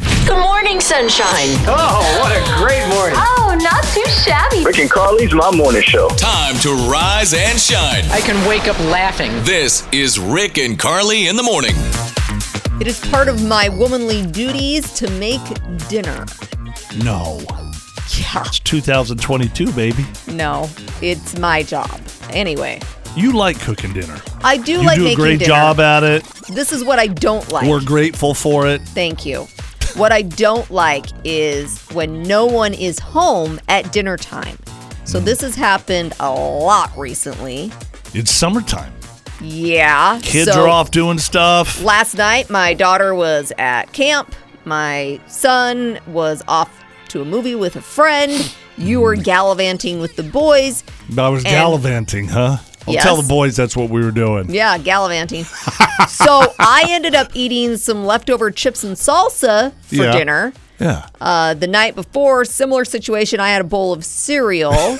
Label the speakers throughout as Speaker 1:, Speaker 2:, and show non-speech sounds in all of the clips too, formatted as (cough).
Speaker 1: Good morning, sunshine.
Speaker 2: Oh, what a great morning.
Speaker 1: Oh, not too shabby.
Speaker 3: Rick and Carly's My Morning Show.
Speaker 4: Time to rise and shine.
Speaker 2: I can wake up laughing.
Speaker 4: This is Rick and Carly in the morning.
Speaker 5: It is part of my womanly duties to make dinner.
Speaker 6: No.
Speaker 5: Yeah.
Speaker 6: It's 2022, baby.
Speaker 5: No, it's my job. Anyway,
Speaker 6: You like cooking dinner.
Speaker 5: I do
Speaker 6: You
Speaker 5: like
Speaker 6: do a
Speaker 5: making
Speaker 6: great
Speaker 5: dinner.
Speaker 6: job at it.
Speaker 5: This is what I don't like.
Speaker 6: We're grateful for it.
Speaker 5: Thank you. What I don't like is when no one is home at dinner time.
Speaker 6: Hmm.
Speaker 5: So this has happened a lot recently.
Speaker 6: It's summertime.
Speaker 5: Yeah.
Speaker 6: Kids
Speaker 5: so
Speaker 6: are off doing stuff.
Speaker 5: Last night, my daughter was at camp. My son was off to a movie with a friend. You
Speaker 6: Hmm.
Speaker 5: were gallivanting with the boys.
Speaker 6: I was gallivanting, huh? I'll
Speaker 5: Yes.
Speaker 6: tell the boys that's what we were doing.
Speaker 5: Yeah, gallivanting. so I ended up eating some leftover chips and salsa for
Speaker 6: Yeah.
Speaker 5: dinner.
Speaker 6: Yeah.
Speaker 5: Uh, the night before, similar situation, I had a bowl of
Speaker 6: (laughs)
Speaker 5: cereal.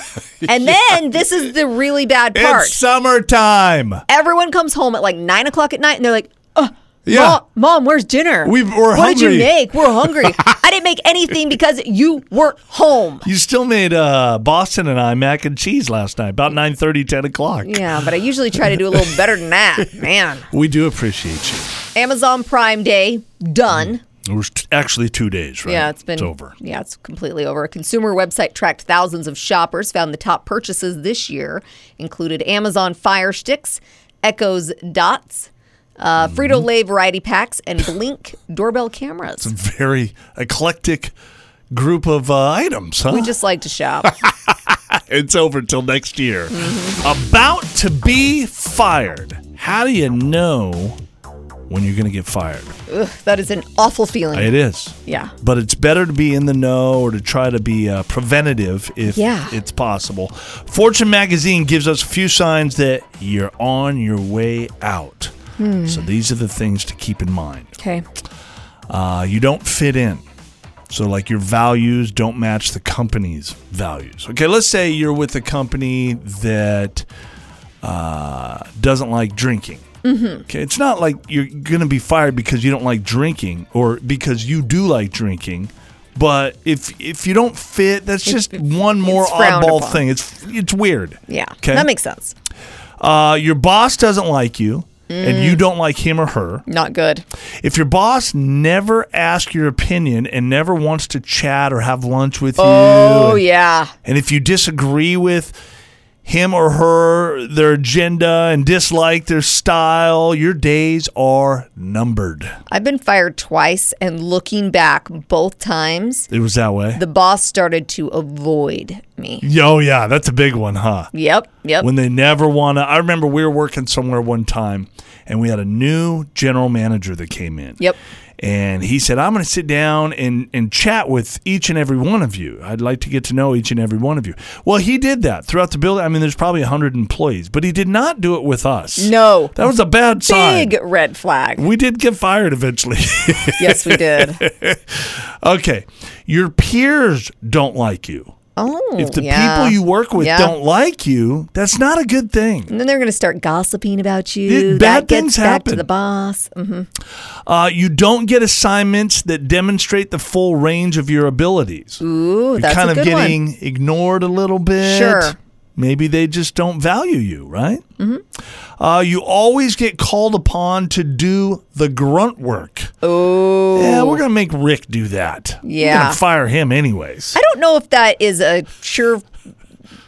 Speaker 5: and then this is the really bad part.
Speaker 6: It's summertime.
Speaker 5: Everyone comes home at like nine o'clock at night and they're like, "Uh,
Speaker 6: Yeah.
Speaker 5: Mom, Mom, where's dinner?
Speaker 6: We- we're
Speaker 5: what did you
Speaker 6: hungry."
Speaker 5: make? We're hungry.
Speaker 6: (laughs)
Speaker 5: I didn't make anything because you weren't home.
Speaker 6: You still made uh, Boston and I mac and cheese last night, about 9.30, 10 o'clock.
Speaker 5: Yeah, but I usually try to do a little better than that. Man.
Speaker 6: We do appreciate you.
Speaker 5: Amazon Prime Day, done.
Speaker 6: It was t- actually two days, right?
Speaker 5: Yeah, it's been
Speaker 6: It's over.
Speaker 5: Yeah, it's completely over. A consumer website tracked thousands of shoppers, found the top purchases this year included Amazon Fire Sticks, Echo's Dots, uh, Frito Lay
Speaker 6: Mm-hmm.
Speaker 5: variety packs, and Blink doorbell cameras.
Speaker 6: Very eclectic group of uh, items, huh?
Speaker 5: We just like to
Speaker 6: (laughs)
Speaker 5: shop.
Speaker 6: It's over till next year. About to be fired. How do you know when you're going to get fired? Uh,
Speaker 5: that is an awful feeling.
Speaker 6: It is.
Speaker 5: yeah.
Speaker 6: But it's better to be in the know or to try to be uh, preventative if
Speaker 5: Yeah.
Speaker 6: it's possible. Fortune magazine gives us a few signs that you're on your way out.
Speaker 5: Hmm.
Speaker 6: So these are the things to keep in mind.
Speaker 5: Okay.
Speaker 6: Uh, you don't fit in. So, like, your values don't match the company's values. Okay, let's say you're with a company that uh, doesn't like drinking. Mm-hmm. Okay, it's not like you're going to be fired because you don't like drinking or because you do like drinking. But if if you don't fit, that's just one more
Speaker 5: it's frowned
Speaker 6: oddball
Speaker 5: upon.
Speaker 6: thing. It's it's weird.
Speaker 5: Yeah.
Speaker 6: Okay.
Speaker 5: That makes sense.
Speaker 6: uh, your boss doesn't like you,
Speaker 5: Mm.
Speaker 6: and you don't like him or her.
Speaker 5: Not good.
Speaker 6: If your boss never asks your opinion and never wants to chat or have lunch with
Speaker 5: Oh,
Speaker 6: you,
Speaker 5: yeah.
Speaker 6: and if you disagree with him or her, their agenda, and dislike their style, your days are numbered.
Speaker 5: I've been fired twice, and looking back, both times,
Speaker 6: It was that way.
Speaker 5: the boss started to avoid me.
Speaker 6: Yo, yeah, that's a big one, huh?
Speaker 5: Yep. Yep.
Speaker 6: When they never want to. I remember we were working somewhere one time, and we had a new general manager that came in.
Speaker 5: Yep.
Speaker 6: And he said, I'm going to sit down and, and chat with each and every one of you. I'd like to get to know each and every one of you. Well, he did that throughout the building. I mean, there's probably 100 employees, but he did not do it with us.
Speaker 5: No.
Speaker 6: That was a bad sign.
Speaker 5: Big red flag.
Speaker 6: We did get fired eventually. (laughs)
Speaker 5: Yes, we did.
Speaker 6: okay. Your peers don't like you.
Speaker 5: Oh,
Speaker 6: If the
Speaker 5: yeah.
Speaker 6: people you work with
Speaker 5: Yeah.
Speaker 6: don't like you, that's not a good thing.
Speaker 5: and then they're going to start gossiping about you.
Speaker 6: It- bad
Speaker 5: that gets
Speaker 6: things
Speaker 5: back to
Speaker 6: happen.
Speaker 5: the boss. Mm,
Speaker 6: Uh, you don't get assignments that demonstrate the full range of your abilities.
Speaker 5: Ooh,
Speaker 6: You're
Speaker 5: that's
Speaker 6: kind
Speaker 5: a
Speaker 6: of
Speaker 5: good
Speaker 6: getting
Speaker 5: one.
Speaker 6: ignored a little bit.
Speaker 5: Sure.
Speaker 6: Maybe they just don't value you, right? Mm-hmm. Uh, you always get called upon to do the grunt work.
Speaker 5: Ooh,
Speaker 6: Yeah, we're gonna make Rick do that. we're
Speaker 5: Oh. Yeah.
Speaker 6: gonna fire him anyways.
Speaker 5: I don't know if that is a sure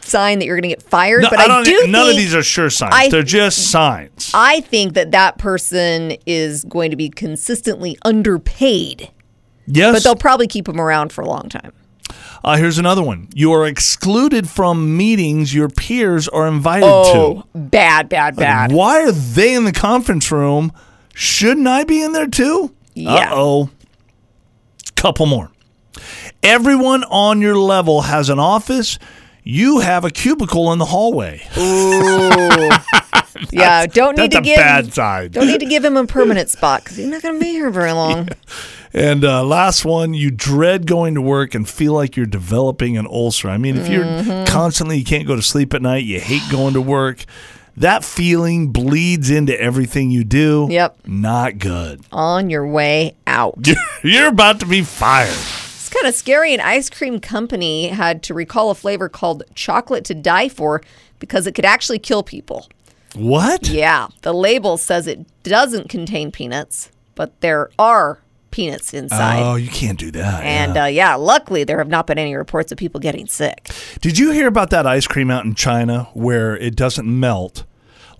Speaker 5: sign that you're going to get fired, but I,
Speaker 6: don't- e-,
Speaker 5: do.
Speaker 6: None
Speaker 5: think,
Speaker 6: of these are sure signs.
Speaker 5: I-
Speaker 6: They're just signs.
Speaker 5: I think that that person is going to be consistently underpaid,
Speaker 6: yes.
Speaker 5: but they'll probably keep them around for a long time.
Speaker 6: Uh, here's another one. You are excluded from meetings your peers are invited to.
Speaker 5: Oh, bad, bad, bad.
Speaker 6: Why are they in the conference room? Shouldn't I be in there too?
Speaker 5: Yeah.
Speaker 6: Uh oh. Couple more. Everyone on your level has an office. You have a cubicle in the hallway.
Speaker 5: yeah, don't need
Speaker 6: That's
Speaker 5: to
Speaker 6: a
Speaker 5: give.
Speaker 6: bad sign.
Speaker 5: don't need to give him a permanent spot because he's not going to be here
Speaker 6: (laughs)
Speaker 5: very long.
Speaker 6: And uh, last one, you dread going to work and feel like you're developing an ulcer. I mean, if
Speaker 5: Mm-hmm.
Speaker 6: you're constantly, you can't go to sleep at night, you hate going to work, that feeling bleeds into everything you do.
Speaker 5: Yep. Oh.
Speaker 6: Not good.
Speaker 5: on your way out.
Speaker 6: (laughs) You're about to be fired.
Speaker 5: It's kind of scary. An ice cream company had to recall a flavor called chocolate to die for because it could actually kill people.
Speaker 6: What?
Speaker 5: Yeah, the label says it doesn't contain peanuts, but there are peanuts inside.
Speaker 6: Oh, you can't do that.
Speaker 5: and
Speaker 6: yeah.
Speaker 5: uh, yeah, luckily there have not been any reports of people getting sick.
Speaker 6: Did you hear about that ice cream out in China where it doesn't melt?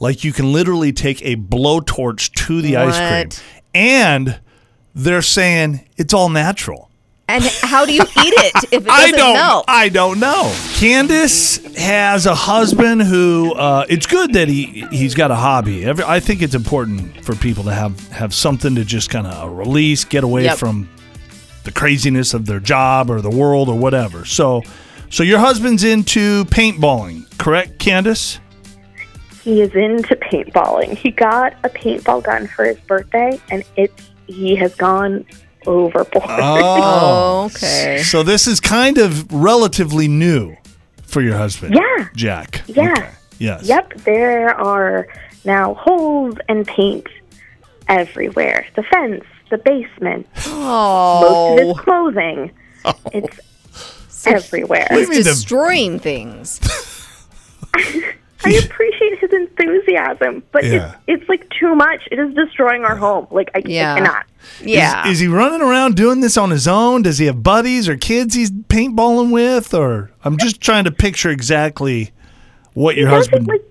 Speaker 6: Like you can literally take a blowtorch to the ice
Speaker 5: What?
Speaker 6: cream. And they're saying it's all natural.
Speaker 5: And how
Speaker 6: (laughs)
Speaker 5: do you eat it if it doesn't
Speaker 6: I don't
Speaker 5: melt?
Speaker 6: I don't know. Candace has a husband who uh, it's good that he he's got a hobby. Every, I think it's important for people to have have something to just kind of release, get away
Speaker 5: Yep.
Speaker 6: from the craziness of their job or the world or whatever. So so your husband's into paintballing, correct, Candace?
Speaker 7: He is into paintballing. He got a paintball gun for his birthday, and it's he has gone overboard.
Speaker 6: Ah,
Speaker 7: Oh.
Speaker 5: Oh. okay.
Speaker 6: So this is kind of relatively new for your husband.
Speaker 7: Yeah.
Speaker 6: Jack.
Speaker 7: (laughs) Yeah.
Speaker 6: Okay. Yes.
Speaker 7: Yep, there are now holes and paint everywhere. The fence, the basement, most of his
Speaker 5: Oh,
Speaker 7: clothing.
Speaker 6: Oh.
Speaker 7: It's everywhere.
Speaker 6: What do you mean the-
Speaker 5: destroying things.
Speaker 7: I appreciate his enthusiasm, but
Speaker 6: Yeah.
Speaker 7: it's, it's like too much. It is destroying our home. Like I,
Speaker 5: Yeah.
Speaker 7: I cannot.
Speaker 5: Yeah.
Speaker 6: (laughs) Is, is he running around doing this on his own? Does he have buddies or kids he's paintballing with? Or I'm just trying to picture exactly what your
Speaker 7: he does it
Speaker 6: husband.
Speaker 7: with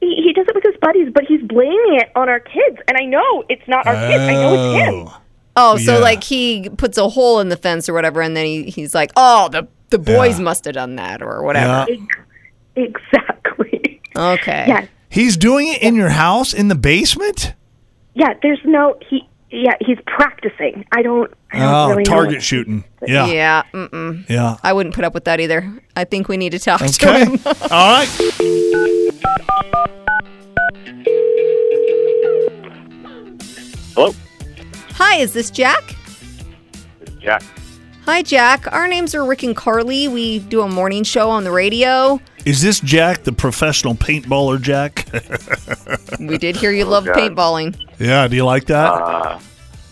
Speaker 7: he, he does it with his buddies, but he's blaming it on our kids. And I know it's not our kids. I know it's him.
Speaker 6: Oh.
Speaker 5: oh, so
Speaker 6: yeah.
Speaker 5: like he puts a hole in the fence or whatever, and then he, he's like, "Oh, the the boys
Speaker 6: Yeah.
Speaker 5: must have done that or
Speaker 6: Yeah.
Speaker 5: whatever."
Speaker 7: Exactly. (laughs)
Speaker 5: Okay.
Speaker 7: Yes.
Speaker 6: He's doing it in your house in the basement?
Speaker 7: Yeah. There's no he. Yeah, he's practicing. I don't. I don't
Speaker 6: Oh,
Speaker 7: really know
Speaker 6: target
Speaker 7: what-
Speaker 6: shooting. Yeah. Yeah.
Speaker 5: Yeah. Mm-mm. I wouldn't put up with that either. I think we need to talk to
Speaker 6: Okay.
Speaker 5: him.
Speaker 6: All right.
Speaker 3: Hello?
Speaker 5: Hi, is this Jack?
Speaker 3: Jack.
Speaker 5: Hi, Jack. Our names are Rick and Carly. We do a morning show on the radio.
Speaker 6: Is this Jack, the professional paintballer Jack? (laughs)
Speaker 5: We did hear you love
Speaker 8: God.
Speaker 5: paintballing.
Speaker 6: yeah. Do you like that?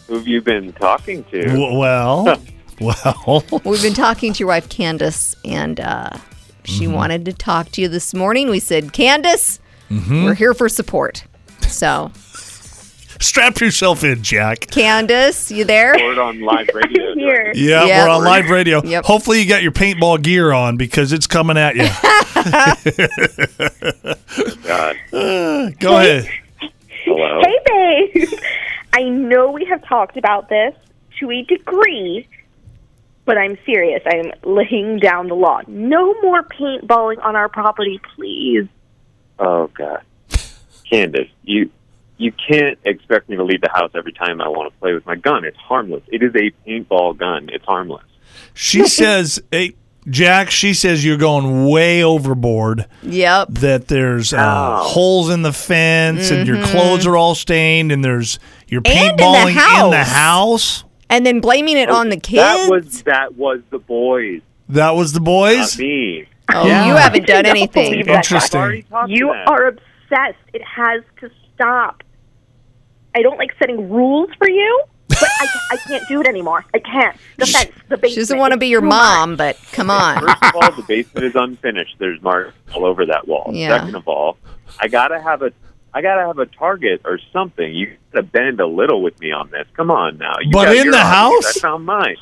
Speaker 8: Who have you been talking to?
Speaker 6: W- well, (laughs) well. (laughs)
Speaker 5: We've been talking to your wife, Candace, and uh, she wanted to talk to you this morning. We said, Candace, we're here for support. So,
Speaker 6: Strap yourself in, Jack.
Speaker 5: Candace, you there?
Speaker 8: Word on live radio.
Speaker 7: I'm here.
Speaker 6: Yeah,
Speaker 5: Yeah.
Speaker 6: we're on live radio.
Speaker 5: Yep.
Speaker 6: Hopefully, you got your paintball gear on because it's coming at
Speaker 5: (laughs)
Speaker 6: you.
Speaker 8: God.
Speaker 6: Go ahead.
Speaker 8: Hello.
Speaker 7: Hey, babe. (laughs) I know we have talked about this to a degree, but I'm serious. I'm laying down the law. No more paintballing on our property, please.
Speaker 8: Oh God. Candace, you you can't expect me to leave the house every time I want to play with my gun. It's harmless. It is a paintball gun. It's harmless.
Speaker 6: She says, "Hey, Jack." She says you're going way overboard.
Speaker 5: Yep.
Speaker 6: That there's uh,
Speaker 8: Oh.
Speaker 6: holes in the fence, and your clothes are all stained, and there's you're
Speaker 5: Mm-hmm. And in the
Speaker 6: paintballing in the
Speaker 5: house.
Speaker 6: house.
Speaker 5: And then blaming it on the
Speaker 8: That
Speaker 5: kids.
Speaker 8: was that was the boys,
Speaker 6: That was the
Speaker 8: not
Speaker 6: boys.
Speaker 8: me.
Speaker 5: oh,
Speaker 6: Yeah. (laughs)
Speaker 5: you haven't done
Speaker 7: Don't believe
Speaker 5: anything.
Speaker 7: that.
Speaker 8: I've already
Speaker 6: Interesting.
Speaker 8: talked to
Speaker 7: You
Speaker 8: them.
Speaker 7: are obsessed. It has to stop. I don't like setting rules for you, but I, I can't do it anymore. I can't. The fence, the basement.
Speaker 5: She doesn't want to be your
Speaker 7: It's too much.
Speaker 5: mom, but come on.
Speaker 8: First of
Speaker 6: (laughs)
Speaker 8: all, the basement is unfinished. There's marks all over that wall.
Speaker 5: Yeah.
Speaker 8: Second of all, I gotta have a I gotta have a target or something. You gotta bend a little with me on this. Come on now. You
Speaker 6: But
Speaker 8: got
Speaker 6: in
Speaker 8: your
Speaker 6: the
Speaker 8: hobbies.
Speaker 6: house?
Speaker 8: I found mine.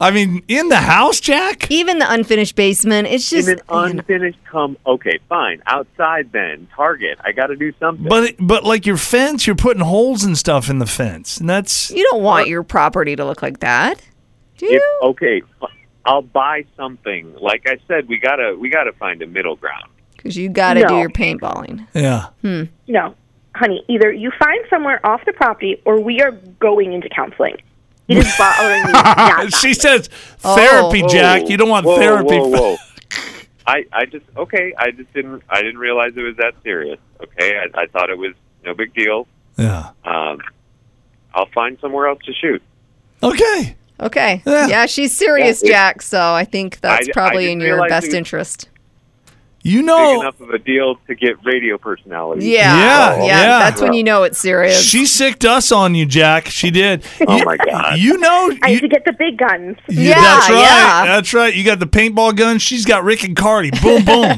Speaker 6: I mean, in the house, Jack.
Speaker 5: Even the unfinished basement, it's
Speaker 8: In
Speaker 5: just.
Speaker 8: an unfinished come okay, fine. Outside then. Target. I gotta do something.
Speaker 6: But but like your fence, you're putting holes and stuff in the fence, and that's
Speaker 5: You don't want your property to look like that, do you?
Speaker 8: if, okay, f- I'll buy something. Like I said, we gotta we gotta find a middle ground.
Speaker 5: Because you got to do
Speaker 7: No.
Speaker 5: your paintballing.
Speaker 6: yeah.
Speaker 7: No, honey. Either you find somewhere off the property, or we are going into counseling. It is
Speaker 5: (laughs)
Speaker 7: bothering me. that
Speaker 6: (laughs) she
Speaker 7: badly.
Speaker 6: says therapy,
Speaker 5: Oh.
Speaker 6: Jack. You don't want
Speaker 8: Whoa,
Speaker 6: therapy.
Speaker 8: Whoa, whoa.
Speaker 6: (laughs)
Speaker 8: I, I just okay. I just didn't. I didn't realize it was that serious. Okay, I, I thought it was no big deal.
Speaker 6: Yeah.
Speaker 8: Um, I'll find somewhere else to shoot.
Speaker 6: Okay.
Speaker 5: Okay.
Speaker 6: Yeah.
Speaker 5: Yeah, she's serious,
Speaker 8: Yeah, it-
Speaker 5: Jack. So I think that's
Speaker 8: I- I
Speaker 5: probably
Speaker 8: just
Speaker 5: in your
Speaker 8: realized
Speaker 5: best
Speaker 8: it-
Speaker 5: interest.
Speaker 6: You
Speaker 8: Big
Speaker 6: know,
Speaker 8: enough of a deal to get radio personality.
Speaker 5: Oh. Yeah,
Speaker 6: Yeah, Oh, yeah.
Speaker 5: That's when you know it's serious.
Speaker 6: she sicked us on you, Jack. She did.
Speaker 8: Oh
Speaker 6: You-
Speaker 8: my God.
Speaker 6: You know,
Speaker 7: I
Speaker 6: you-
Speaker 7: need to get the big guns.
Speaker 5: (laughs)
Speaker 6: You-
Speaker 5: Yeah,
Speaker 6: that's right.
Speaker 5: yeah.
Speaker 6: That's right. You got the paintball gun. She's got Rick and Cardi.
Speaker 5: (laughs)
Speaker 6: Boom, boom.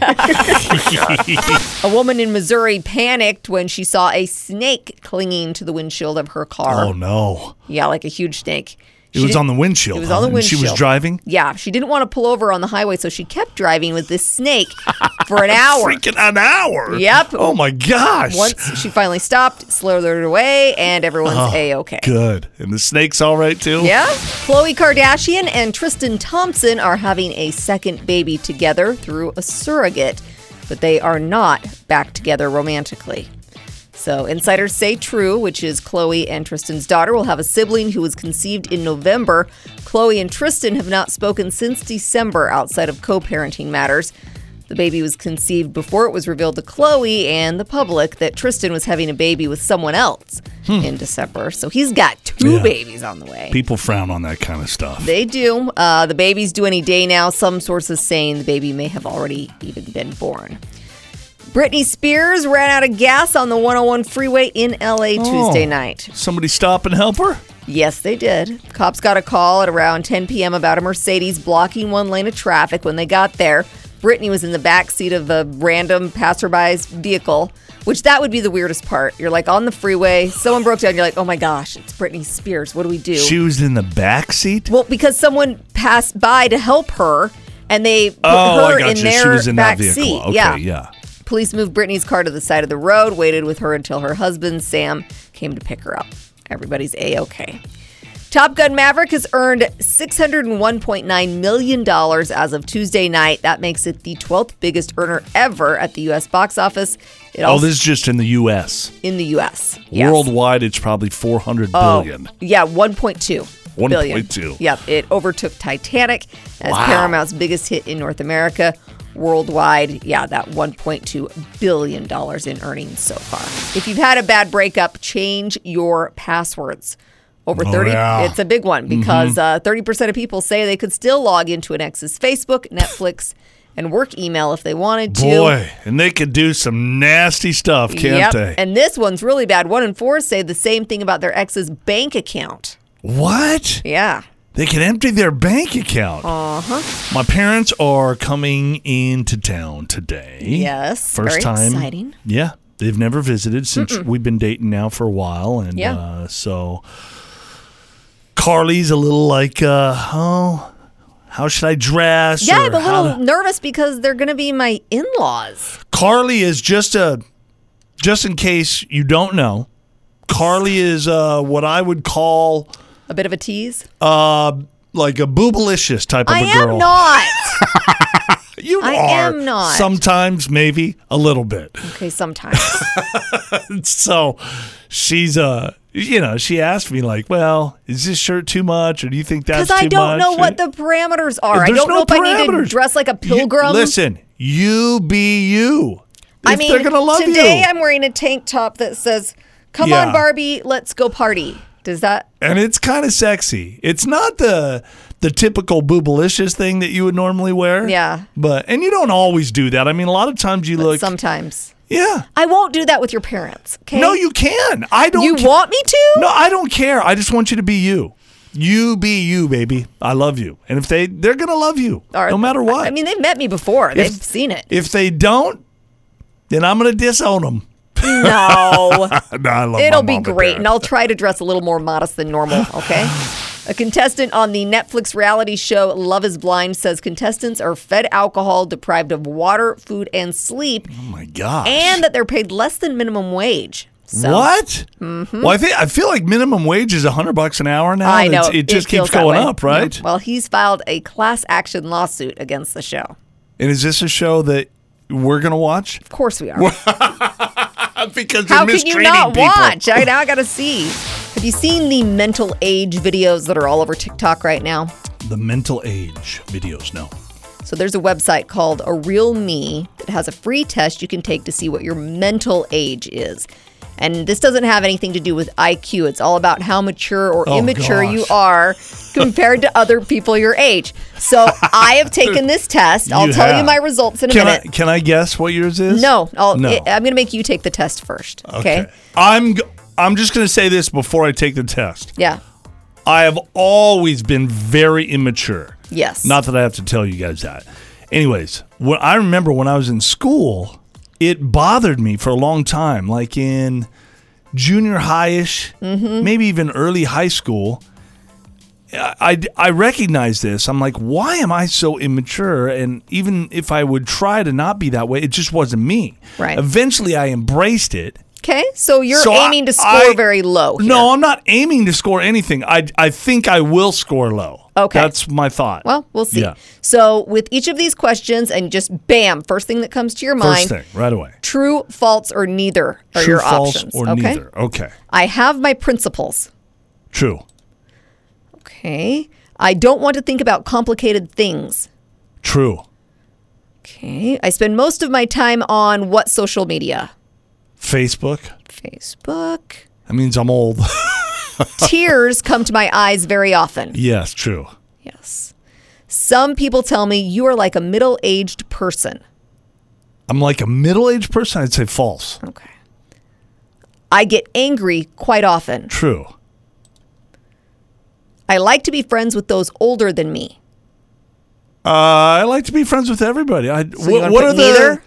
Speaker 5: a woman in Missouri panicked when she saw a snake clinging to the windshield of her car.
Speaker 6: oh no!
Speaker 5: Yeah, like a huge snake.
Speaker 6: It was on the windshield.
Speaker 5: It was
Speaker 6: huh?
Speaker 5: on the
Speaker 6: And She was
Speaker 5: windshield.
Speaker 6: driving.
Speaker 5: Yeah, she didn't want to pull over on the highway, so she kept driving with this snake for
Speaker 6: (laughs)
Speaker 5: an hour.
Speaker 6: Freaking an hour.
Speaker 5: Yep.
Speaker 6: Oh my gosh.
Speaker 5: Once she finally stopped, slithered away, and everyone's a okay.
Speaker 6: Good. And the snake's all right too.
Speaker 5: Yeah. Khloe Kardashian and Tristan Thompson are having a second baby together through a surrogate, but they are not back together romantically. So, insiders say True, which is Chloe and Tristan's daughter, will have a sibling who was conceived in November. Chloe and Tristan have not spoken since December outside of co parenting matters. The baby was conceived before it was revealed to Chloe and the public that Tristan was having a baby with someone else in December. So, he's got two
Speaker 6: Hmm. Yeah.
Speaker 5: babies on the way.
Speaker 6: People frown on that kind of stuff.
Speaker 5: They do. Uh, the baby's due any day now. Some sources saying the baby may have already even been born. Britney Spears ran out of gas on the 101 freeway in LA Tuesday night.
Speaker 6: Somebody stop and help her.
Speaker 5: Yes, they did. Cops got a call at around 10 p.m. about a Mercedes blocking one lane of traffic. When they got there, Brittany was in the back seat of a random passerby's vehicle, which that would be the weirdest part. You're like on the freeway, someone broke down. You're like, oh my gosh, it's Britney Spears. What do we do?
Speaker 6: She was in the back seat.
Speaker 5: Well, because someone passed by to help her, and they put
Speaker 6: oh,
Speaker 5: her
Speaker 6: I got
Speaker 5: in
Speaker 6: you.
Speaker 5: their
Speaker 6: She was in
Speaker 5: back
Speaker 6: that vehicle.
Speaker 5: seat.
Speaker 6: Okay.
Speaker 5: yeah.
Speaker 6: yeah.
Speaker 5: Police moved Brittany's car to the side of the road, waited with her until her husband Sam came to pick her up. Everybody's a okay. Top Gun Maverick has earned $601.9 million as of Tuesday night. That makes it the 12th biggest earner ever at the U.S. box office. It
Speaker 6: Oh,
Speaker 5: also
Speaker 6: this is just in the U.S.
Speaker 5: in the U.S. Yes.
Speaker 6: Worldwide, it's probably four hundred
Speaker 5: Oh,
Speaker 6: billion.
Speaker 5: Yeah, 1.2.
Speaker 6: 1.2.
Speaker 5: Yep, it overtook Titanic as
Speaker 6: Wow.
Speaker 5: Paramount's biggest hit in North America. Worldwide, yeah, that $1.2 billion in earnings so far. If you've had a bad breakup, change your passwords. Over 30,
Speaker 6: Oh, yeah. Mm-hmm.
Speaker 5: it's a big one because uh, 30% of people say they could still log into an ex's Facebook, Netflix, and work email if they wanted to.
Speaker 6: Boy, and they could do some nasty stuff, can't
Speaker 5: Yep,
Speaker 6: they?
Speaker 5: And this one's really bad. One in four say the same thing about their ex's bank account.
Speaker 6: what?
Speaker 5: Yeah.
Speaker 6: They can empty their bank account. Uh
Speaker 5: Uh-huh.
Speaker 6: huh. My parents are coming into town today.
Speaker 5: Yes,
Speaker 6: First
Speaker 5: very
Speaker 6: time.
Speaker 5: exciting.
Speaker 6: Yeah. They've never visited since we've been dating now for a while. And
Speaker 5: Yeah.
Speaker 6: uh, so Carly's a little like, uh, oh, how should I dress?
Speaker 5: Yeah,
Speaker 6: or
Speaker 5: I'm a
Speaker 6: how
Speaker 5: little
Speaker 6: to-
Speaker 5: nervous because they're going to be my in laws.
Speaker 6: Carly is just a, just in case you don't know, Carly is uh, what I would call
Speaker 5: A bit of a tease.
Speaker 6: uh, like a boobalicious type of
Speaker 5: I
Speaker 6: a
Speaker 5: am
Speaker 6: girl.
Speaker 5: not.
Speaker 6: (laughs) You
Speaker 5: I
Speaker 6: are.
Speaker 5: am not.
Speaker 6: Sometimes, maybe a little bit.
Speaker 5: okay, (laughs) sometimes.
Speaker 6: So she's uh you know, she asked me like, Well, is this shirt too much or do you think that's
Speaker 5: Because
Speaker 6: too much?
Speaker 5: I don't know what the parameters are. I
Speaker 6: There's
Speaker 5: don't
Speaker 6: no
Speaker 5: know if I need to
Speaker 6: parameters.
Speaker 5: dress like a
Speaker 6: You-
Speaker 5: pilgrim.
Speaker 6: listen, you be you.
Speaker 5: I
Speaker 6: If
Speaker 5: mean,
Speaker 6: they're gonna love
Speaker 5: today
Speaker 6: you.
Speaker 5: I'm wearing a tank top that says, Come
Speaker 6: Yeah.
Speaker 5: on, Barbie, let's go party. Does that?
Speaker 6: and it's kind of sexy. It's not the the typical boobalicious thing that you would normally wear.
Speaker 5: Yeah.
Speaker 6: But and you don't always do that. I mean, a lot of times you look
Speaker 5: Sometimes.
Speaker 6: Yeah.
Speaker 5: I won't do that with your parents. Okay.
Speaker 6: No, you can. I don't
Speaker 5: You
Speaker 6: ca-
Speaker 5: want me to?
Speaker 6: No, I don't care. I just want you to be you. You be you, baby. I love you. And if they they're gonna love you.
Speaker 5: Or-
Speaker 6: no matter what.
Speaker 5: I mean, they've met me before.
Speaker 6: If-
Speaker 5: they've seen it.
Speaker 6: If they don't, then I'm gonna disown them. (laughs)
Speaker 5: no. (laughs)
Speaker 6: I love
Speaker 5: It'll be great, and I'll try to dress a little more modest than
Speaker 6: (sighs)
Speaker 5: normal, okay? A contestant on the Netflix reality show Love is Blind says contestants are fed alcohol, deprived of water, food, and sleep,
Speaker 6: oh my gosh.
Speaker 5: and that they're paid less than minimum wage. So, Mm-hmm.
Speaker 6: what? Well, I think I feel like minimum wage is hundred bucks an hour now.
Speaker 5: I know.
Speaker 6: It's- it just
Speaker 5: feels
Speaker 6: keeps
Speaker 5: that
Speaker 6: going
Speaker 5: way.
Speaker 6: up, right?
Speaker 5: Yeah. Well, he's filed a class action lawsuit against the show.
Speaker 6: and is this a show that we're gonna watch?
Speaker 5: Of course we are.
Speaker 6: Uh, Because
Speaker 5: How can you not watch? I now I gotta see. Have you seen the mental age videos that are all over TikTok right now?
Speaker 6: the mental age videos. No.
Speaker 5: So there's a website called A Real Me that has a free test you can take to see what your mental age is. And this doesn't have anything to do with IQ. It's all about how mature or
Speaker 6: Oh,
Speaker 5: immature you
Speaker 6: gosh. (laughs)
Speaker 5: are compared to other people your age. So I have taken this test. I'll
Speaker 6: You
Speaker 5: tell you
Speaker 6: have.
Speaker 5: my results in a
Speaker 6: can
Speaker 5: minute.
Speaker 6: I, can I guess what yours is?
Speaker 5: No, I'll,
Speaker 6: No.
Speaker 5: I- I'm going to make you take the test first. Okay.
Speaker 6: I'm g- I'm just going to say this before I take the test.
Speaker 5: Yeah.
Speaker 6: I have always been very immature.
Speaker 5: Yes.
Speaker 6: Not that I have to tell you guys that. Anyways, what I remember when I was in school, it bothered me for a long time, like in junior high-ish,
Speaker 5: Mm-hmm.
Speaker 6: maybe even early high school. I, I, I recognize this. I'm like, why am I so immature? And even if I would try to not be that way, it just wasn't me.
Speaker 5: Right.
Speaker 6: Eventually, I embraced it.
Speaker 5: Okay. So you're
Speaker 6: So I-
Speaker 5: aiming to score
Speaker 6: I-
Speaker 5: very low. here.
Speaker 6: No, I'm not aiming to score anything. I, I think I will score low.
Speaker 5: Okay.
Speaker 6: That's my thought.
Speaker 5: Well, we'll see.
Speaker 6: Yeah.
Speaker 5: So with each of these questions, and just bam, first thing that comes to your mind.
Speaker 6: First thing, right away.
Speaker 5: True, false, or neither are
Speaker 6: True,
Speaker 5: your
Speaker 6: false,
Speaker 5: options.
Speaker 6: or
Speaker 5: okay.
Speaker 6: neither. Okay.
Speaker 5: I have my principles.
Speaker 6: True.
Speaker 5: Okay. I don't want to think about complicated things.
Speaker 6: True.
Speaker 5: Okay. I spend most of my time on what social media?
Speaker 6: Facebook.
Speaker 5: Facebook.
Speaker 6: (laughs) That means I'm old.
Speaker 5: Tears come to my eyes very often.
Speaker 6: yes, true.
Speaker 5: Yes. Some people tell me you are like a middle aged person.
Speaker 6: I'm like a middle-aged person. I'd say false.
Speaker 5: Okay. I get angry quite often.
Speaker 6: True.
Speaker 5: I like to be friends with those older than me.
Speaker 6: Uh, I like to be friends with everybody. I
Speaker 5: So you wanna put neither?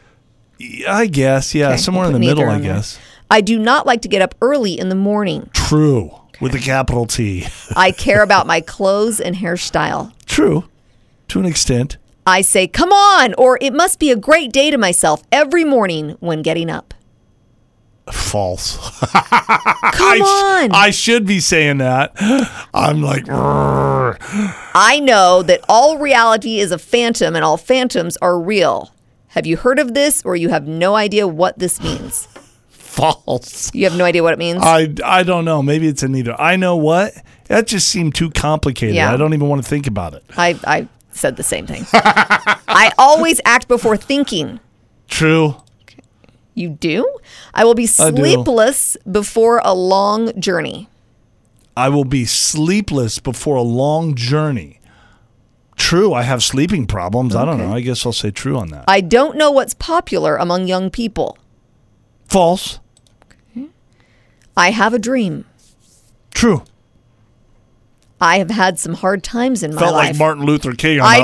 Speaker 6: the? I guess yeah,
Speaker 5: Okay,
Speaker 6: Uh, somewhere
Speaker 5: we'll
Speaker 6: in the
Speaker 5: put neither
Speaker 6: middle. I
Speaker 5: on there.
Speaker 6: guess
Speaker 5: I do not like to get up early in the morning.
Speaker 6: true with a capital T. (laughs)
Speaker 5: I care about my clothes and hairstyle.
Speaker 6: True, to an extent.
Speaker 5: I say, come on, or it must be a great day to myself every morning when getting up.
Speaker 6: False.
Speaker 5: Come
Speaker 6: I,
Speaker 5: on.
Speaker 6: I should be saying that. (gasps) I'm like, "Rrr."
Speaker 5: I know that all reality is a phantom and all phantoms are real. Have you heard of this or you have no idea what this means?
Speaker 6: false.
Speaker 5: You have no idea what it means?
Speaker 6: I, I don't know. Maybe it's a neither. I know what. That just seemed too complicated.
Speaker 5: Yeah.
Speaker 6: I don't even want to think about it.
Speaker 5: I, I said the same thing. (laughs) I always act before thinking.
Speaker 6: True.
Speaker 5: You do? I will be
Speaker 6: I do.
Speaker 5: sleepless before a long journey.
Speaker 6: I will be sleepless before a long journey. True. I have sleeping problems. I don't know. I guess I'll say true on that.
Speaker 5: I don't know what's popular among young people.
Speaker 6: False.
Speaker 5: I have a dream.
Speaker 6: True.
Speaker 5: I have had some hard times in my
Speaker 6: Felt
Speaker 5: life.
Speaker 6: like Martin Luther King on
Speaker 5: I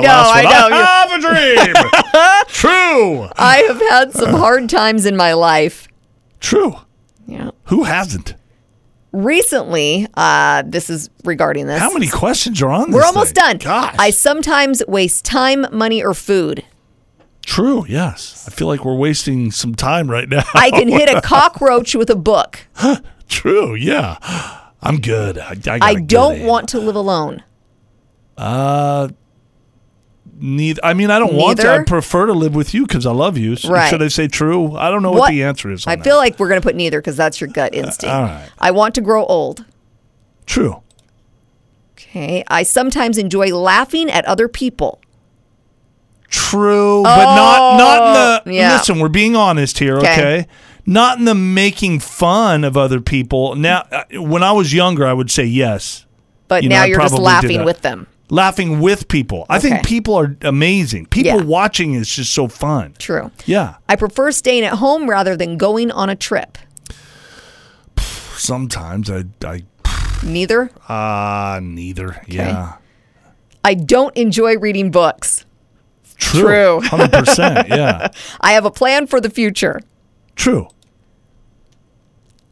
Speaker 5: know, I
Speaker 6: that
Speaker 5: know. (laughs)
Speaker 6: last one. I have a dream. true.
Speaker 5: I have had
Speaker 6: (laughs)
Speaker 5: some hard times in my life.
Speaker 6: True.
Speaker 5: Yeah.
Speaker 6: Who hasn't?
Speaker 5: Recently, uh, this is regarding this.
Speaker 6: How many questions are on this?
Speaker 5: We're almost done.
Speaker 6: thing? Gosh.
Speaker 5: I sometimes waste time, money, or food.
Speaker 6: True. Yes. I feel like we're wasting some time right now.
Speaker 5: I can hit a cockroach with a book.
Speaker 6: (laughs) True. Yeah. I'm good. I, I, got
Speaker 5: I
Speaker 6: a good
Speaker 5: don't
Speaker 6: aim.
Speaker 5: want to live alone.
Speaker 6: Oh, neither. I mean, I don't want to.
Speaker 5: Neither?
Speaker 6: I prefer to live with you because I love you. So
Speaker 5: Right.
Speaker 6: Should I say true? I don't know what, the answer is. on
Speaker 5: I
Speaker 6: that.
Speaker 5: feel like we're going to put neither because that's your gut instinct.
Speaker 6: Uh, all right.
Speaker 5: I want to grow old.
Speaker 6: true.
Speaker 5: Okay. I sometimes enjoy laughing at other people.
Speaker 6: True, but not not in the.
Speaker 5: Oh, yeah.
Speaker 6: Listen, we're being honest here,
Speaker 5: 'Kay.
Speaker 6: okay? Not in the making fun of other people. Now, uh, when I was younger, I would say yes,
Speaker 5: But
Speaker 6: You know,
Speaker 5: now
Speaker 6: I
Speaker 5: you're just
Speaker 6: probably did
Speaker 5: laughing
Speaker 6: that.
Speaker 5: with them.
Speaker 6: laughing with people. I think
Speaker 5: Okay.
Speaker 6: people are amazing. People
Speaker 5: Yeah.
Speaker 6: watching is just so fun.
Speaker 5: True.
Speaker 6: Yeah,
Speaker 5: I prefer staying at home rather than going on a trip.
Speaker 6: sometimes I I
Speaker 5: Neither.
Speaker 6: Ah, neither. Yeah.
Speaker 5: I don't enjoy reading books. (laughs) True.
Speaker 6: 100%. yeah.
Speaker 5: I have a plan for the future.
Speaker 6: True.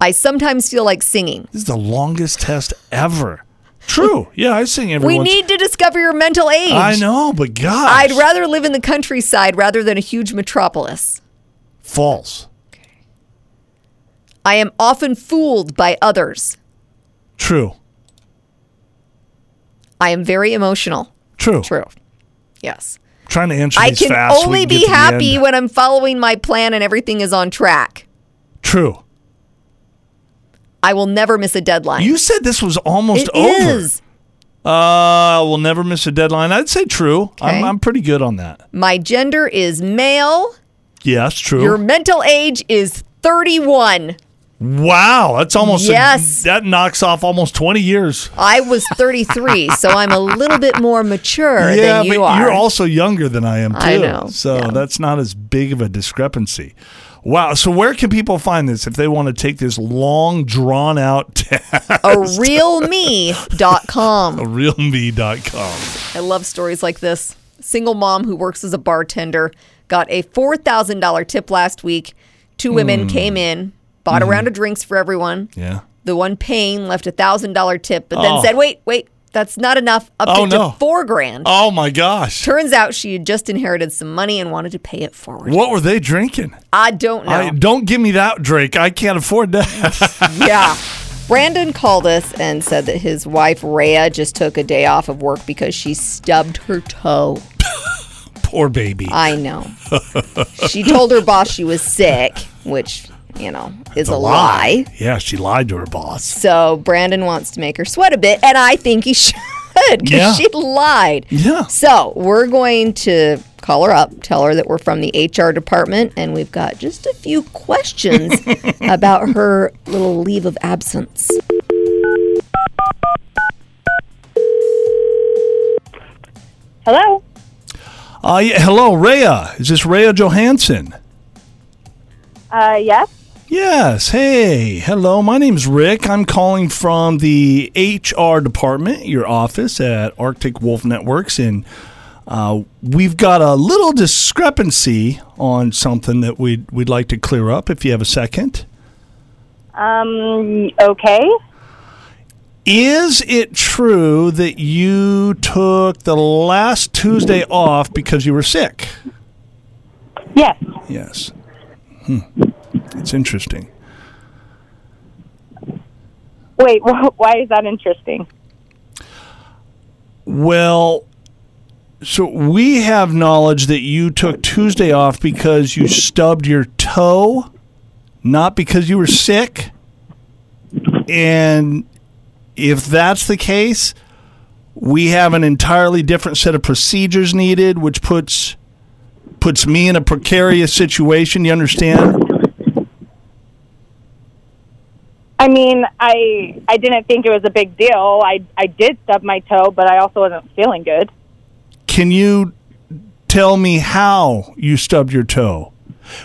Speaker 5: I sometimes feel like singing.
Speaker 6: This is the longest test ever. True. Yeah, I sing every
Speaker 5: We
Speaker 6: once-
Speaker 5: need to discover your mental age.
Speaker 6: I know, but gosh.
Speaker 5: I'd rather live in the countryside rather than a huge metropolis.
Speaker 6: False.
Speaker 5: I am often fooled by others.
Speaker 6: True.
Speaker 5: I am very emotional.
Speaker 6: True.
Speaker 5: True. Yes.
Speaker 6: Trying to answer
Speaker 5: I
Speaker 6: these
Speaker 5: can
Speaker 6: fast. so we
Speaker 5: only
Speaker 6: can get
Speaker 5: be
Speaker 6: to the
Speaker 5: happy
Speaker 6: end.
Speaker 5: when I'm following my plan and everything is on track.
Speaker 6: True.
Speaker 5: I will never miss a deadline.
Speaker 6: You said this was almost
Speaker 5: It
Speaker 6: over.
Speaker 5: is.
Speaker 6: Uh, we'll never miss a deadline. I'd say true. I'm,
Speaker 5: Okay.
Speaker 6: I'm pretty good on that.
Speaker 5: My gender is male.
Speaker 6: Yes, true.
Speaker 5: Your mental age is 31.
Speaker 6: Wow, that's almost a-
Speaker 5: Yes.
Speaker 6: that knocks off almost twenty years.
Speaker 5: I was
Speaker 6: (laughs)
Speaker 5: 33, so I'm a little bit more mature
Speaker 6: yeah,
Speaker 5: than you
Speaker 6: but
Speaker 5: are.
Speaker 6: you're also younger than I am too.
Speaker 5: I know,
Speaker 6: So
Speaker 5: yeah.
Speaker 6: that's not as big of a discrepancy. Wow. So where can people find this if they want to take this long, drawn (laughs) out test?
Speaker 5: a
Speaker 6: (laughs)
Speaker 5: realme.com.
Speaker 6: realme.com.
Speaker 5: I love stories like this. Single mom who works as a bartender got a $4,000 tip last week. Two
Speaker 6: Hmm.
Speaker 5: women came in, bought a round of drinks for everyone.
Speaker 6: Yeah.
Speaker 5: The one paying left a $1,000 tip, but
Speaker 6: Oh.
Speaker 5: then said, wait, wait, that's not enough. Up
Speaker 6: Oh,
Speaker 5: to
Speaker 6: no.
Speaker 5: four grand.
Speaker 6: Oh my gosh.
Speaker 5: Turns out she had just inherited some money and wanted to pay it forward.
Speaker 6: What were they drinking?
Speaker 5: I don't know.
Speaker 6: I, don't give me that drink. I can't
Speaker 5: (laughs)
Speaker 6: afford that.
Speaker 5: yeah. Brandon called us and said that his wife Rhea just took a day off of work because she stubbed her toe.
Speaker 6: Poor baby.
Speaker 5: I know. she told her boss she was sick, which, you know, is a, lie.
Speaker 6: Yeah, she lied to her boss.
Speaker 5: So Brandon wants to make her sweat a bit, and I think he (laughs) should because
Speaker 6: Yeah.
Speaker 5: she lied.
Speaker 6: Yeah.
Speaker 5: So we're going to call her up, tell her that we're from the HR department, and we've got just a few questions about her little leave of absence.
Speaker 7: Hello?
Speaker 6: Uh, yeah, hello, Rhea. Is this Rhea Johansson?
Speaker 7: Uh, yes?
Speaker 6: Yes. Hey. Hello. My name's Rick. I'm calling from the HR department, your office at Arctic Wolf Networks, and uh, we've got a little discrepancy on something that we'd we'd like to clear up. If you have a second,
Speaker 7: Um, okay.
Speaker 6: is it true that you took the last Tuesday off because you were sick?
Speaker 7: Yes.
Speaker 6: Yes. Hmm. It's interesting.
Speaker 7: Wait, (laughs) wh- why is that interesting?
Speaker 6: Well, so we have knowledge that you took Tuesday off because you stubbed your toe, not because you were sick. And if that's the case, we have an entirely different set of procedures needed, which puts puts me in a precarious situation. You understand?
Speaker 7: I mean, I I didn't think it was a big deal. I I did stub my toe, but I also wasn't feeling good.
Speaker 6: Can you tell me how you stubbed your toe?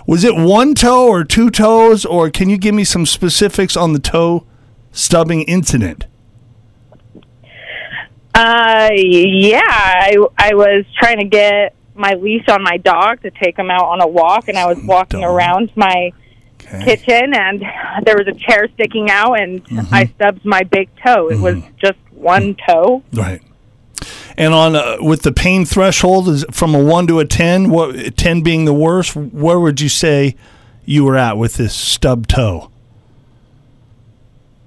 Speaker 6: Was it one toe or two toes, or can you give me some specifics on the toe stubbing incident?
Speaker 7: Uh, yeah, I I was trying to get my leash on my dog to take him out on a walk, and I was walking
Speaker 6: Dog.
Speaker 7: around my kitchen, and there was a chair sticking out, and
Speaker 6: Mm-hmm.
Speaker 7: I stubbed my big toe. It was
Speaker 5: Mm.
Speaker 7: just one toe.
Speaker 6: Right. And on uh, with the pain threshold is from a one to a ten. What ten being the worst? Where would you say you were at with this stub toe?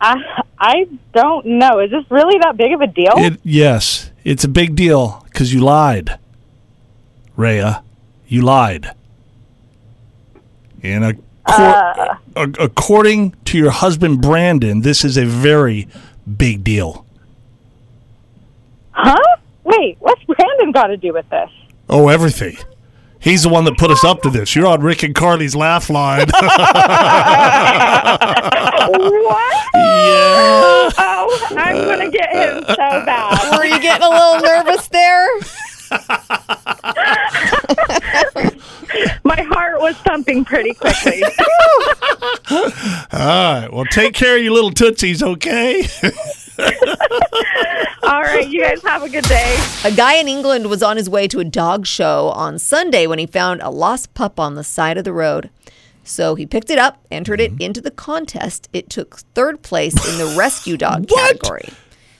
Speaker 7: I I don't know. Is this really that big of a
Speaker 5: Oh.
Speaker 7: deal?
Speaker 6: It, yes, it's a big deal because you lied, Rhea. You lied. And ac-
Speaker 5: Uh.
Speaker 6: ac- according to your husband Brandon, this is a very big deal.
Speaker 7: huh? Wait, what's Brandon got to do with this?
Speaker 6: Oh, everything. He's the one that put us up to this. You're on Rick and Carly's laugh line. (laughs)
Speaker 7: what?
Speaker 6: yeah.
Speaker 7: Oh, I'm gonna get him so bad.
Speaker 5: Were you getting a little nervous there?
Speaker 7: My heart was thumping pretty quickly.
Speaker 6: All right. Well, take care of your little tootsies, okay? (laughs)
Speaker 7: All right, you guys have a good day.
Speaker 5: A guy in England was on his way to a dog show on Sunday when he found a lost pup on the side of the road. So he picked it up, entered
Speaker 6: Mm-hmm.
Speaker 5: it into the contest. It took third place in
Speaker 6: (laughs)
Speaker 5: the rescue dog
Speaker 6: What?
Speaker 5: category.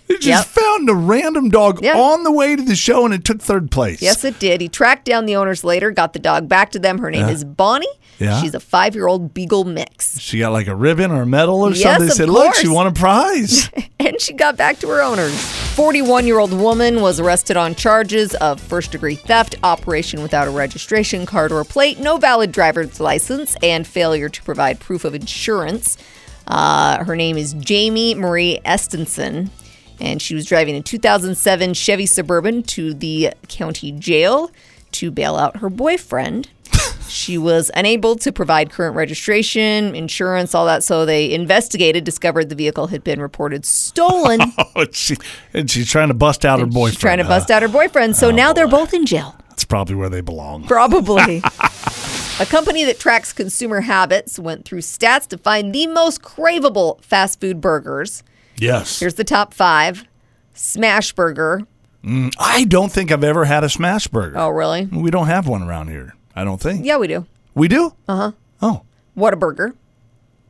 Speaker 6: You just
Speaker 5: Yep.
Speaker 6: found a random dog
Speaker 5: Yeah.
Speaker 6: on the way to the show and it took third place.
Speaker 5: Yes, it did. He tracked down the owners later, got the dog back to them. Her name is Bonnie.
Speaker 6: Yeah.
Speaker 5: She's a five year old beagle mix.
Speaker 6: She got like a ribbon or a medal or
Speaker 5: Yes,
Speaker 6: something. They
Speaker 5: of
Speaker 6: said, look, she
Speaker 5: course."
Speaker 6: won
Speaker 5: (laughs)
Speaker 6: a prize. (laughs)
Speaker 5: And she got back to her owners. 41 year old woman was arrested on charges of first degree theft, operation without a registration card or plate, no valid driver's license, and failure to provide proof of insurance. Uh, her name is Jamie Marie Estenson, and she was driving a 2007 Chevy Suburban to the county jail to bail out her boyfriend. She was unable to provide current registration, insurance, all that. So they investigated, discovered the vehicle had been reported
Speaker 6: (laughs)
Speaker 5: stolen.
Speaker 6: Oh, and, she, and she's trying to bust out her boyfriend.
Speaker 5: She's trying to
Speaker 6: huh? Oh,
Speaker 5: bust out her boyfriend. So now they're both in jail.
Speaker 6: That's probably where they belong. (laughs)
Speaker 5: Probably. A company that tracks consumer habits went through stats to find the most craveable fast food burgers.
Speaker 6: Yes.
Speaker 5: Here's the top five Smash Burger.
Speaker 6: I don't think I've ever had a smash burger.
Speaker 5: Oh, really?
Speaker 6: We don't have one around here. I don't think.
Speaker 5: Yeah, Uh-huh. we do.
Speaker 6: We do? Uh huh. Oh.
Speaker 5: Whataburger.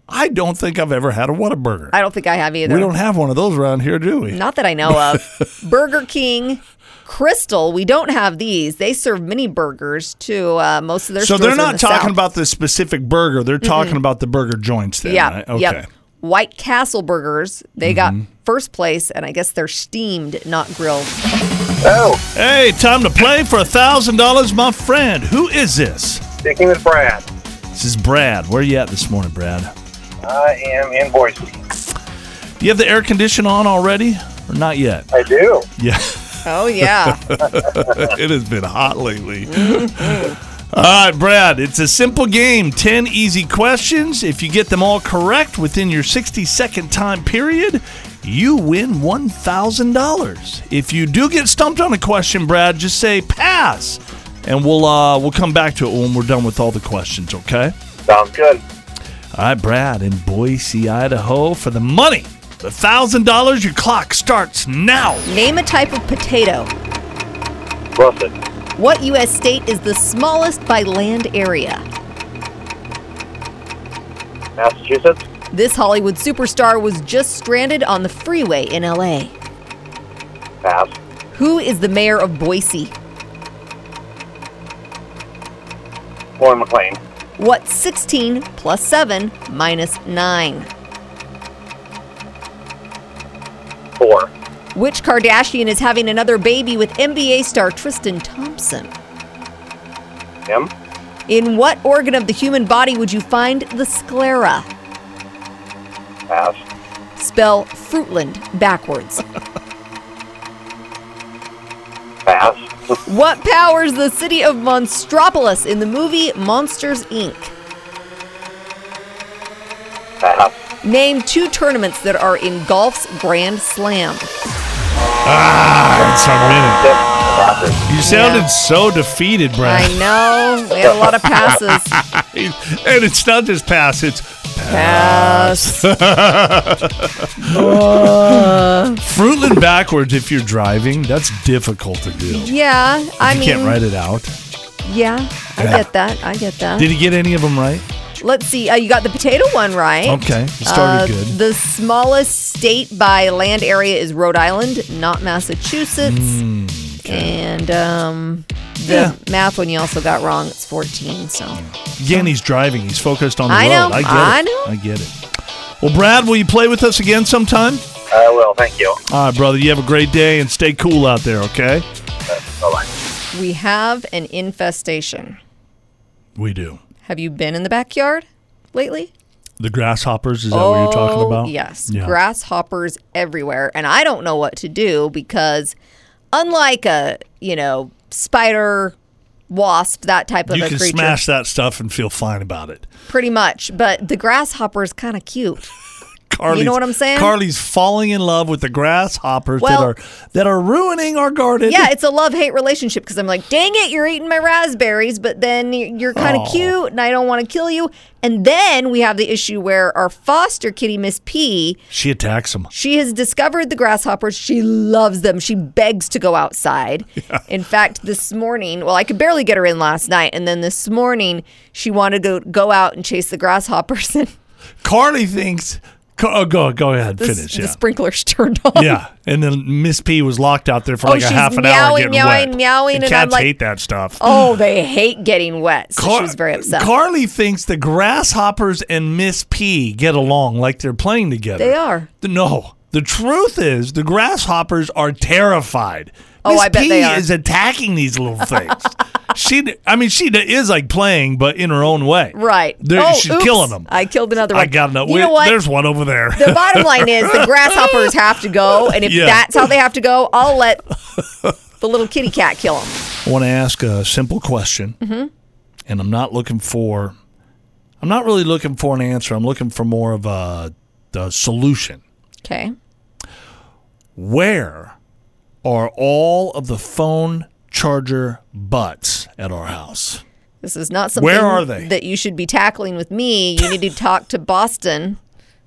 Speaker 6: I don't think I've ever had a Whataburger.
Speaker 5: I don't think I have either.
Speaker 6: we don't have one of those around here, do we?
Speaker 5: Not that I know
Speaker 6: (laughs)
Speaker 5: of. Burger King, Crystal, we don't have these. They serve mini burgers too. Uh, most of their
Speaker 6: so
Speaker 5: stores are
Speaker 6: they're
Speaker 5: in
Speaker 6: not
Speaker 5: the
Speaker 6: talking
Speaker 5: South.
Speaker 6: about the specific burger. They're talking about the burger joints then,
Speaker 5: yeah,
Speaker 6: right? Okay. Mm-hmm.
Speaker 5: yep. White Castle burgers. They got first place, and I guess they're steamed, not grilled.
Speaker 6: Hey, time to play for a $1,000, my friend. Who is this?
Speaker 9: Sticking with Brad.
Speaker 6: This is Brad. Where you at this morning, Brad?
Speaker 9: I am in Boise.
Speaker 6: Do you have the air condition on already or not yet?
Speaker 9: I do.
Speaker 6: Yeah.
Speaker 5: Oh yeah,
Speaker 6: (laughs) it has been hot lately. (laughs) all right, Brad, it's a simple game 10 easy questions. If you get them all correct within your 60 second time period, you win $1,000. If you do get stumped on a question, Brad, just say pass. And we'll uh, we'll come back to it when we're done with all the questions, okay?
Speaker 9: Sounds good.
Speaker 6: All right, Brad in Boise, Idaho, for the money, the thousand dollars. Your clock starts now.
Speaker 5: name a type of potato.
Speaker 9: Russet.
Speaker 5: What U.S. state is the smallest by land area?
Speaker 9: Massachusetts.
Speaker 5: This Hollywood superstar was just stranded on the freeway in L.A.
Speaker 9: Pass.
Speaker 5: Who is the mayor of Boise?
Speaker 9: Warren McLean.
Speaker 5: What's 16 plus 7 minus 9?
Speaker 9: Four.
Speaker 5: Which Kardashian is having another baby with NBA star Tristan Thompson?
Speaker 9: M.
Speaker 5: In what organ of the human body would you find the sclera?
Speaker 9: Pass.
Speaker 5: Spell Fruitland
Speaker 6: (laughs)
Speaker 5: backwards.
Speaker 9: Pass. (laughs)
Speaker 5: what powers the city of Monstropolis in the movie Monsters Inc.?
Speaker 9: Pass.
Speaker 5: Name two tournaments that are in golf's Grand Slam.
Speaker 6: That's our minute.
Speaker 9: Six. Passes.
Speaker 6: You sounded
Speaker 5: Yeah.
Speaker 6: so defeated,
Speaker 5: I
Speaker 6: Brad. (laughs)
Speaker 5: know. We had a lot of passes.
Speaker 6: and it's not just pass, it's
Speaker 5: Pass.
Speaker 6: Fruitland backwards if you're driving. That's difficult to do. You
Speaker 5: Yeah, I mean,
Speaker 6: can't write it out.
Speaker 5: yeah, I
Speaker 6: Yeah.
Speaker 5: get that. I get that.
Speaker 6: Did he get any of them right?
Speaker 5: Let's see. Uh, you got the potato one right.
Speaker 6: Okay, it started
Speaker 5: Uh,
Speaker 6: good.
Speaker 5: The smallest state by land area is Rhode Island, not Massachusetts. And um, the
Speaker 6: Hmm, Yeah.
Speaker 5: math one you also got wrong. It's 14. So
Speaker 6: Again, he's driving. He's focused on the
Speaker 5: I know,
Speaker 6: road. I get
Speaker 5: I
Speaker 6: it.
Speaker 5: know.
Speaker 6: I get it. Well, Brad, will you play with us again sometime?
Speaker 9: I Uh, will. Thank you.
Speaker 6: All right, brother. You have a great day and stay cool out there, okay?
Speaker 9: Bye bye.
Speaker 5: we have an infestation.
Speaker 6: We do.
Speaker 5: Have you been in the backyard lately?
Speaker 6: The grasshoppers, is that what you're talking
Speaker 5: Oh,
Speaker 6: about?
Speaker 5: Yes,
Speaker 6: Yeah.
Speaker 5: grasshoppers everywhere, and I don't know what to do because, unlike a you know spider, wasp, that type of
Speaker 6: you
Speaker 5: a
Speaker 6: can
Speaker 5: creature,
Speaker 6: smash that stuff and feel fine about it.
Speaker 5: pretty much. But the grasshopper is kind of cute.
Speaker 6: Carly's,
Speaker 5: what I'm saying?
Speaker 6: Carly's falling in love with the grasshoppers
Speaker 5: Well-
Speaker 6: that are that are ruining our garden.
Speaker 5: Yeah, it's a love hate relationship because I'm like, dang it, you're eating my raspberries, but then y- you're kind of cute, and I don't want to kill you. And then we have the issue where our foster kitty, Miss P,
Speaker 6: she attacks them.
Speaker 5: She has discovered the grasshoppers. She loves them. She begs to go
Speaker 6: (laughs)
Speaker 5: outside. In fact, this morning, well, I could barely get her in last night, and then this morning she wanted to go, go out and chase the grasshoppers, (laughs) and
Speaker 6: Carly thinks. Car- oh, go go ahead,
Speaker 5: the,
Speaker 6: finish.
Speaker 5: the
Speaker 6: Yeah,
Speaker 5: sprinklers turned (laughs) on.
Speaker 6: (laughs) yeah. And then Miss P was locked out there for like a
Speaker 5: Oh, she's
Speaker 6: half an hour
Speaker 5: meowing,
Speaker 6: getting
Speaker 5: meowing,
Speaker 6: wet.
Speaker 5: meowing,
Speaker 6: And
Speaker 5: and
Speaker 6: cats
Speaker 5: I'm like-
Speaker 6: hate that stuff.
Speaker 5: Oh, they hate getting wet. So
Speaker 6: Car-
Speaker 5: she was very upset.
Speaker 6: Carly thinks the grasshoppers and Miss P get along like they're playing together.
Speaker 5: They are.
Speaker 6: The- No. The truth is, the grasshoppers are terrified.
Speaker 5: Oh,
Speaker 6: Miss
Speaker 5: I bet
Speaker 6: P
Speaker 5: they are.
Speaker 6: is attacking these
Speaker 5: (laughs)
Speaker 6: little things. she, I mean, she is like playing, but in her own way.
Speaker 5: right.
Speaker 6: There-
Speaker 5: oh,
Speaker 6: she's
Speaker 5: oops.
Speaker 6: killing them.
Speaker 5: I killed another one.
Speaker 6: I got another.
Speaker 5: You
Speaker 6: wait,
Speaker 5: know what?
Speaker 6: There's one over
Speaker 5: (laughs)
Speaker 6: there.
Speaker 5: the
Speaker 6: (laughs)
Speaker 5: bottom line is the grasshoppers have to go, and if
Speaker 6: Yeah.
Speaker 5: that's how they have to go, I'll
Speaker 6: (laughs)
Speaker 5: let the little kitty cat kill them. Mm-hmm.
Speaker 6: I want to ask a simple question. and I'm not looking for I'm not really looking for an answer. I'm looking for more of a, a solution.
Speaker 5: Okay.
Speaker 6: Where are all of the phone charger butts at our house?
Speaker 5: This is not something
Speaker 6: Where are they?
Speaker 5: that you should be tackling with me. You need to talk to Boston,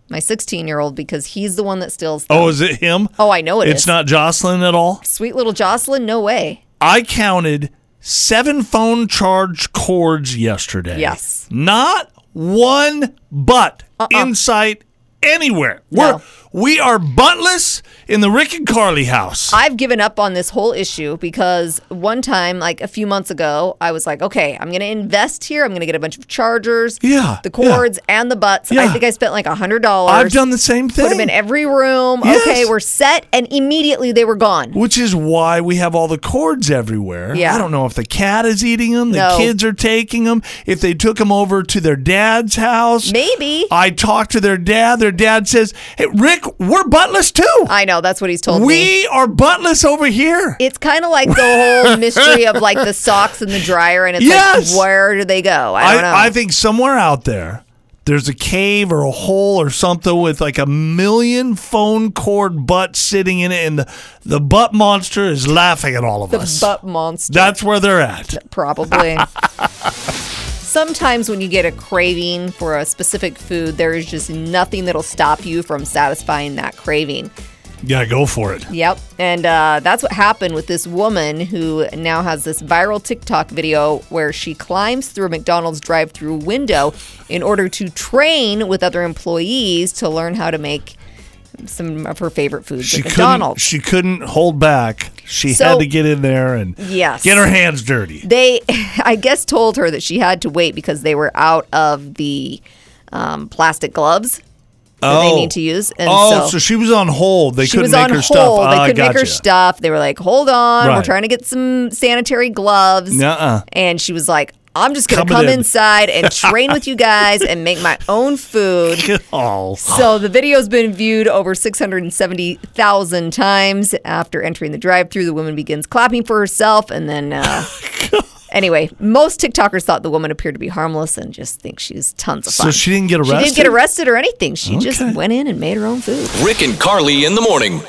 Speaker 5: my 16 year old, because he's the one that steals. Them.
Speaker 6: Oh, is it him?
Speaker 5: Oh, I know it
Speaker 6: it's
Speaker 5: is.
Speaker 6: not Jocelyn at all.
Speaker 5: Sweet little Jocelyn, no way.
Speaker 6: I counted seven phone charge cords yesterday.
Speaker 5: Yes. Uh-uh.
Speaker 6: Not one butt in sight anywhere.
Speaker 5: No.
Speaker 6: We're, we are buttless in the Rick and Carly house.
Speaker 5: I've given up on this whole issue because one time, like a few months ago, I was like, okay, I'm going to invest here. I'm going to get a bunch of chargers,
Speaker 6: Yeah,
Speaker 5: the cords, and the butts. I
Speaker 6: Yeah.
Speaker 5: think I spent like a $100.
Speaker 6: I've done the same
Speaker 5: Put them in
Speaker 6: thing.
Speaker 5: every room.
Speaker 6: Yes.
Speaker 5: Okay, we're set. And immediately they were gone.
Speaker 6: Which is why we have all the cords everywhere.
Speaker 5: Yeah.
Speaker 6: I don't know if the cat is eating them, the
Speaker 5: No.
Speaker 6: kids are taking them, if they took them over to their dad's house.
Speaker 5: Maybe.
Speaker 6: I talked to their dad. Their dad says, Hey, Rick, we're buttless too.
Speaker 5: I know. That's what he's told me.
Speaker 6: we are buttless over here.
Speaker 5: It's kind of like the
Speaker 6: (laughs)
Speaker 5: whole mystery of like the socks in the dryer, and it's
Speaker 6: Yes.
Speaker 5: like, where do they go? I don't know.
Speaker 6: I, I think somewhere out there, there's a cave or a hole or something with like a million phone cord butts sitting in it, and the, the butt monster is laughing at all of
Speaker 5: the
Speaker 6: us.
Speaker 5: butt monster.
Speaker 6: That's where they're at.
Speaker 5: probably. Sometimes when you get a craving for a specific food, there is just nothing that'll stop you from satisfying that craving.
Speaker 6: Yeah, go for it.
Speaker 5: Yep. And uh, that's what happened with this woman who now has this viral TikTok video where she climbs through a McDonald's drive through window in order to train with other employees to learn how to make some of her favorite foods
Speaker 6: She
Speaker 5: at
Speaker 6: couldn't,
Speaker 5: McDonald's.
Speaker 6: she couldn't hold back. She
Speaker 5: So-
Speaker 6: had to get in there and
Speaker 5: Yes.
Speaker 6: get her hands dirty.
Speaker 5: they (laughs) i guess told her that she had to wait because they were out of the um, plastic gloves that they
Speaker 6: Oh.
Speaker 5: need to use and
Speaker 6: oh, so,
Speaker 5: so,
Speaker 6: she was on hold. They
Speaker 5: she
Speaker 6: couldn't
Speaker 5: was
Speaker 6: make
Speaker 5: on
Speaker 6: her
Speaker 5: hold
Speaker 6: stuff.
Speaker 5: they
Speaker 6: Ah,
Speaker 5: couldn't make her
Speaker 6: gotcha.
Speaker 5: stuff they were like hold on we're
Speaker 6: Right.
Speaker 5: trying to get some sanitary gloves
Speaker 6: Nuh-uh. (laughs)
Speaker 5: and she was like i'm just gonna
Speaker 6: Coming
Speaker 5: come
Speaker 6: in."
Speaker 5: inside
Speaker 6: (laughs)
Speaker 5: and train with you guys and make my own food
Speaker 6: Oh,
Speaker 5: so the video's been viewed over 670,000 times. After entering the drive-through, the woman begins clapping for herself, and then.
Speaker 6: (laughs)
Speaker 5: Uh, Anyway, most TikTokers thought the woman appeared to be harmless and just think she's tons of
Speaker 6: So
Speaker 5: fun.
Speaker 6: she didn't get
Speaker 5: She didn't get
Speaker 6: arrested?
Speaker 5: arrested or anything. She just
Speaker 6: Okay.
Speaker 5: went in and made her own food.
Speaker 4: Rick and Carly in the morning.